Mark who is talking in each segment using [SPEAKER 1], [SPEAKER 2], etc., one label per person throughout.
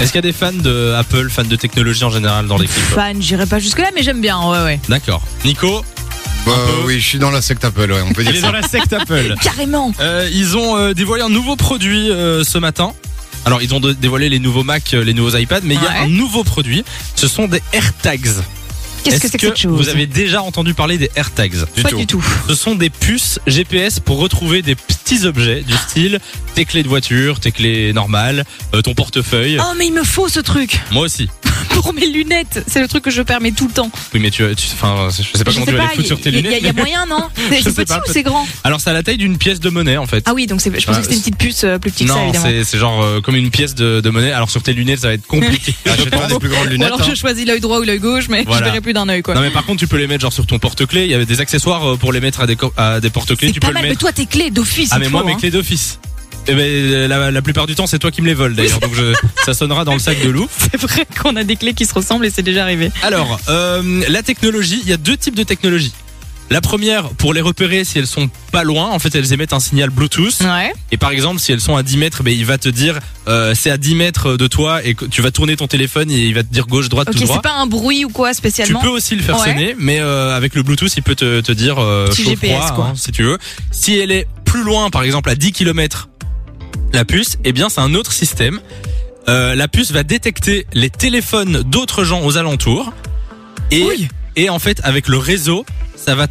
[SPEAKER 1] Est-ce qu'il y a des fans de Apple, fans de technologie en général dans l'équipe
[SPEAKER 2] Fan, j'irai pas jusque là, mais j'aime bien. Ouais, ouais.
[SPEAKER 1] D'accord. Nico,
[SPEAKER 3] Bah,
[SPEAKER 1] peu.
[SPEAKER 3] oui, je suis dans la secte Apple, ouais, on peut
[SPEAKER 1] il
[SPEAKER 3] dire
[SPEAKER 1] est
[SPEAKER 3] ça.
[SPEAKER 1] dans la secte Apple.
[SPEAKER 2] Carrément.
[SPEAKER 1] Euh, ils ont euh, dévoilé un nouveau produit euh, ce matin. Alors, ils ont de- dévoilé les nouveaux Mac, euh, les nouveaux iPads, mais il y
[SPEAKER 2] Ouais.
[SPEAKER 1] a un nouveau produit. Ce sont des AirTags.
[SPEAKER 2] Qu'est-ce que
[SPEAKER 1] Est-ce
[SPEAKER 2] c'est que cette chose
[SPEAKER 1] Vous avez déjà entendu parler des AirTags
[SPEAKER 3] Du
[SPEAKER 2] Pas
[SPEAKER 3] tout.
[SPEAKER 2] du tout.
[SPEAKER 1] Ce sont des puces GPS pour retrouver des petits objets du style tes clés de voiture, tes clés normales, euh, ton portefeuille.
[SPEAKER 2] Oh, mais il me faut ce truc
[SPEAKER 1] Moi aussi.
[SPEAKER 2] pour mes lunettes. C'est le truc que je perds mais tout le temps.
[SPEAKER 1] Oui, mais tu, tu enfin, je sais pas
[SPEAKER 2] je
[SPEAKER 1] comment
[SPEAKER 2] sais
[SPEAKER 1] tu vas les
[SPEAKER 2] pas,
[SPEAKER 1] foutre sur tes
[SPEAKER 2] il y, a-
[SPEAKER 1] lunettes.
[SPEAKER 2] il y a moyen, non C'est
[SPEAKER 1] Je
[SPEAKER 2] c'est
[SPEAKER 1] sais
[SPEAKER 2] petit
[SPEAKER 1] pas,
[SPEAKER 2] ou c'est grand
[SPEAKER 1] mais- Alors, c'est à la taille d'une pièce de monnaie en fait.
[SPEAKER 2] Ah oui, donc c'est- je pensais
[SPEAKER 1] Ouais,
[SPEAKER 2] que c'était une petite puce euh, plus petite que ça,
[SPEAKER 1] non,
[SPEAKER 2] évidemment.
[SPEAKER 1] c'est c'est genre euh, comme une pièce de, de monnaie. Alors sur tes lunettes, ça va être compliqué. je
[SPEAKER 3] Achète-toi
[SPEAKER 1] pense.
[SPEAKER 3] des plus grandes
[SPEAKER 2] Ou
[SPEAKER 3] lunettes. hein.
[SPEAKER 2] alors je choisis l'œil droit ou l'œil gauche, mais
[SPEAKER 1] hein. Voilà.
[SPEAKER 2] je verrai plus d'un œil quoi.
[SPEAKER 1] Non mais par contre tu peux les mettre genre sur ton porte-clés, il y avait des accessoires euh, pour les mettre à des, co- à des porte-clés,
[SPEAKER 2] c'est
[SPEAKER 1] tu
[SPEAKER 2] pas
[SPEAKER 1] peux le
[SPEAKER 2] mal, mais
[SPEAKER 1] mettre.
[SPEAKER 2] toi tes clés d'office.
[SPEAKER 1] Ah
[SPEAKER 2] il
[SPEAKER 1] mais
[SPEAKER 2] te
[SPEAKER 1] moi
[SPEAKER 2] faut,
[SPEAKER 1] mes
[SPEAKER 2] hein.
[SPEAKER 1] clés d'office. Eh ben euh, la, la plupart du temps c'est toi qui me les voles d'ailleurs, donc je, ça sonnera dans le sac de loup.
[SPEAKER 2] C'est vrai qu'on a des clés qui se ressemblent et c'est déjà arrivé.
[SPEAKER 1] Alors euh, la technologie, il y a deux types de technologies. La première pour les repérer si elles sont pas loin, en fait elles émettent un signal Bluetooth.
[SPEAKER 2] Ouais.
[SPEAKER 1] Et par exemple, si elles sont à 10 mètres, ben, il va te dire euh, c'est à 10 mètres de toi et que tu vas tourner ton téléphone et il va te dire gauche, droite,
[SPEAKER 2] Ok,
[SPEAKER 1] tout
[SPEAKER 2] c'est
[SPEAKER 1] droit.
[SPEAKER 2] pas un bruit ou quoi
[SPEAKER 1] Tu
[SPEAKER 2] spécialement.
[SPEAKER 1] peux aussi le faire
[SPEAKER 2] Ouais.
[SPEAKER 1] sonner, mais euh, avec le Bluetooth, il peut te, te dire euh,
[SPEAKER 2] Petit
[SPEAKER 1] chaud,
[SPEAKER 2] GPS,
[SPEAKER 1] froid,
[SPEAKER 2] quoi.
[SPEAKER 1] hein, si tu veux. Si elle est plus loin, par exemple à 10 km, la puce, eh bien c'est un autre système. Euh, la puce va détecter les téléphones d'autres gens aux alentours et
[SPEAKER 2] Oui.
[SPEAKER 1] et en fait avec le réseau, ça va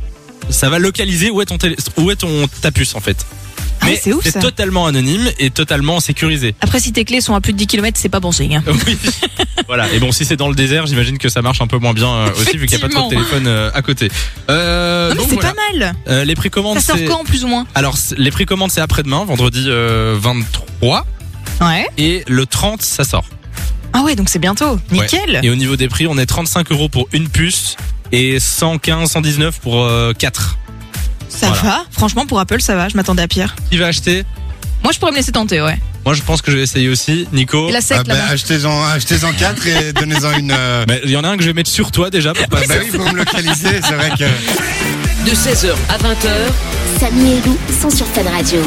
[SPEAKER 1] ça va localiser où est ton télé- où est ton ta puce en fait.
[SPEAKER 2] Ah ouais,
[SPEAKER 1] Mais
[SPEAKER 2] c'est ouf, ça.
[SPEAKER 1] c'est totalement anonyme et totalement sécurisé.
[SPEAKER 2] Après, si tes clés sont à plus de 10 km, c'est pas bon signe. hein.
[SPEAKER 1] Oui. voilà. Et bon, si c'est dans le désert, j'imagine que ça marche un peu moins bien euh, aussi, vu qu'il n'y a pas trop de
[SPEAKER 2] Effectivement.
[SPEAKER 1] téléphones euh, à côté. Euh,
[SPEAKER 2] non, mais
[SPEAKER 1] donc
[SPEAKER 2] c'est
[SPEAKER 1] voilà.
[SPEAKER 2] pas mal.
[SPEAKER 1] Euh, les précommandes,
[SPEAKER 2] Ça sort
[SPEAKER 1] c'est.
[SPEAKER 2] quand, plus ou moins
[SPEAKER 1] Alors, c'est- les précommandes, c'est après-demain, vendredi euh, 23,
[SPEAKER 2] Ouais.
[SPEAKER 1] et le 30, ça sort.
[SPEAKER 2] Ah ouais, donc c'est bientôt. Nickel.
[SPEAKER 1] Et au niveau des prix, on est 35 euros pour une puce et 115, 119 pour euh, 4.
[SPEAKER 2] Ça
[SPEAKER 1] Voilà.
[SPEAKER 2] va. Franchement, pour Apple, ça va. Je m'attendais à pire.
[SPEAKER 1] Qui va acheter
[SPEAKER 2] Moi, je pourrais me laisser tenter, ouais.
[SPEAKER 1] Moi, je pense que je vais essayer aussi. Nico
[SPEAKER 2] Et la
[SPEAKER 3] Ah
[SPEAKER 2] sec,
[SPEAKER 3] bah,
[SPEAKER 2] là-bas.
[SPEAKER 3] achetez-en, achetez-en 4 et donnez-en une. euh,
[SPEAKER 1] Bah, Il y en a un que je vais mettre sur toi déjà. Pour pas...
[SPEAKER 3] Bah, bah oui, faut me localiser, c'est vrai que.
[SPEAKER 4] De 16h à 20h,
[SPEAKER 5] Samy et Lou sont sur Fan Radio.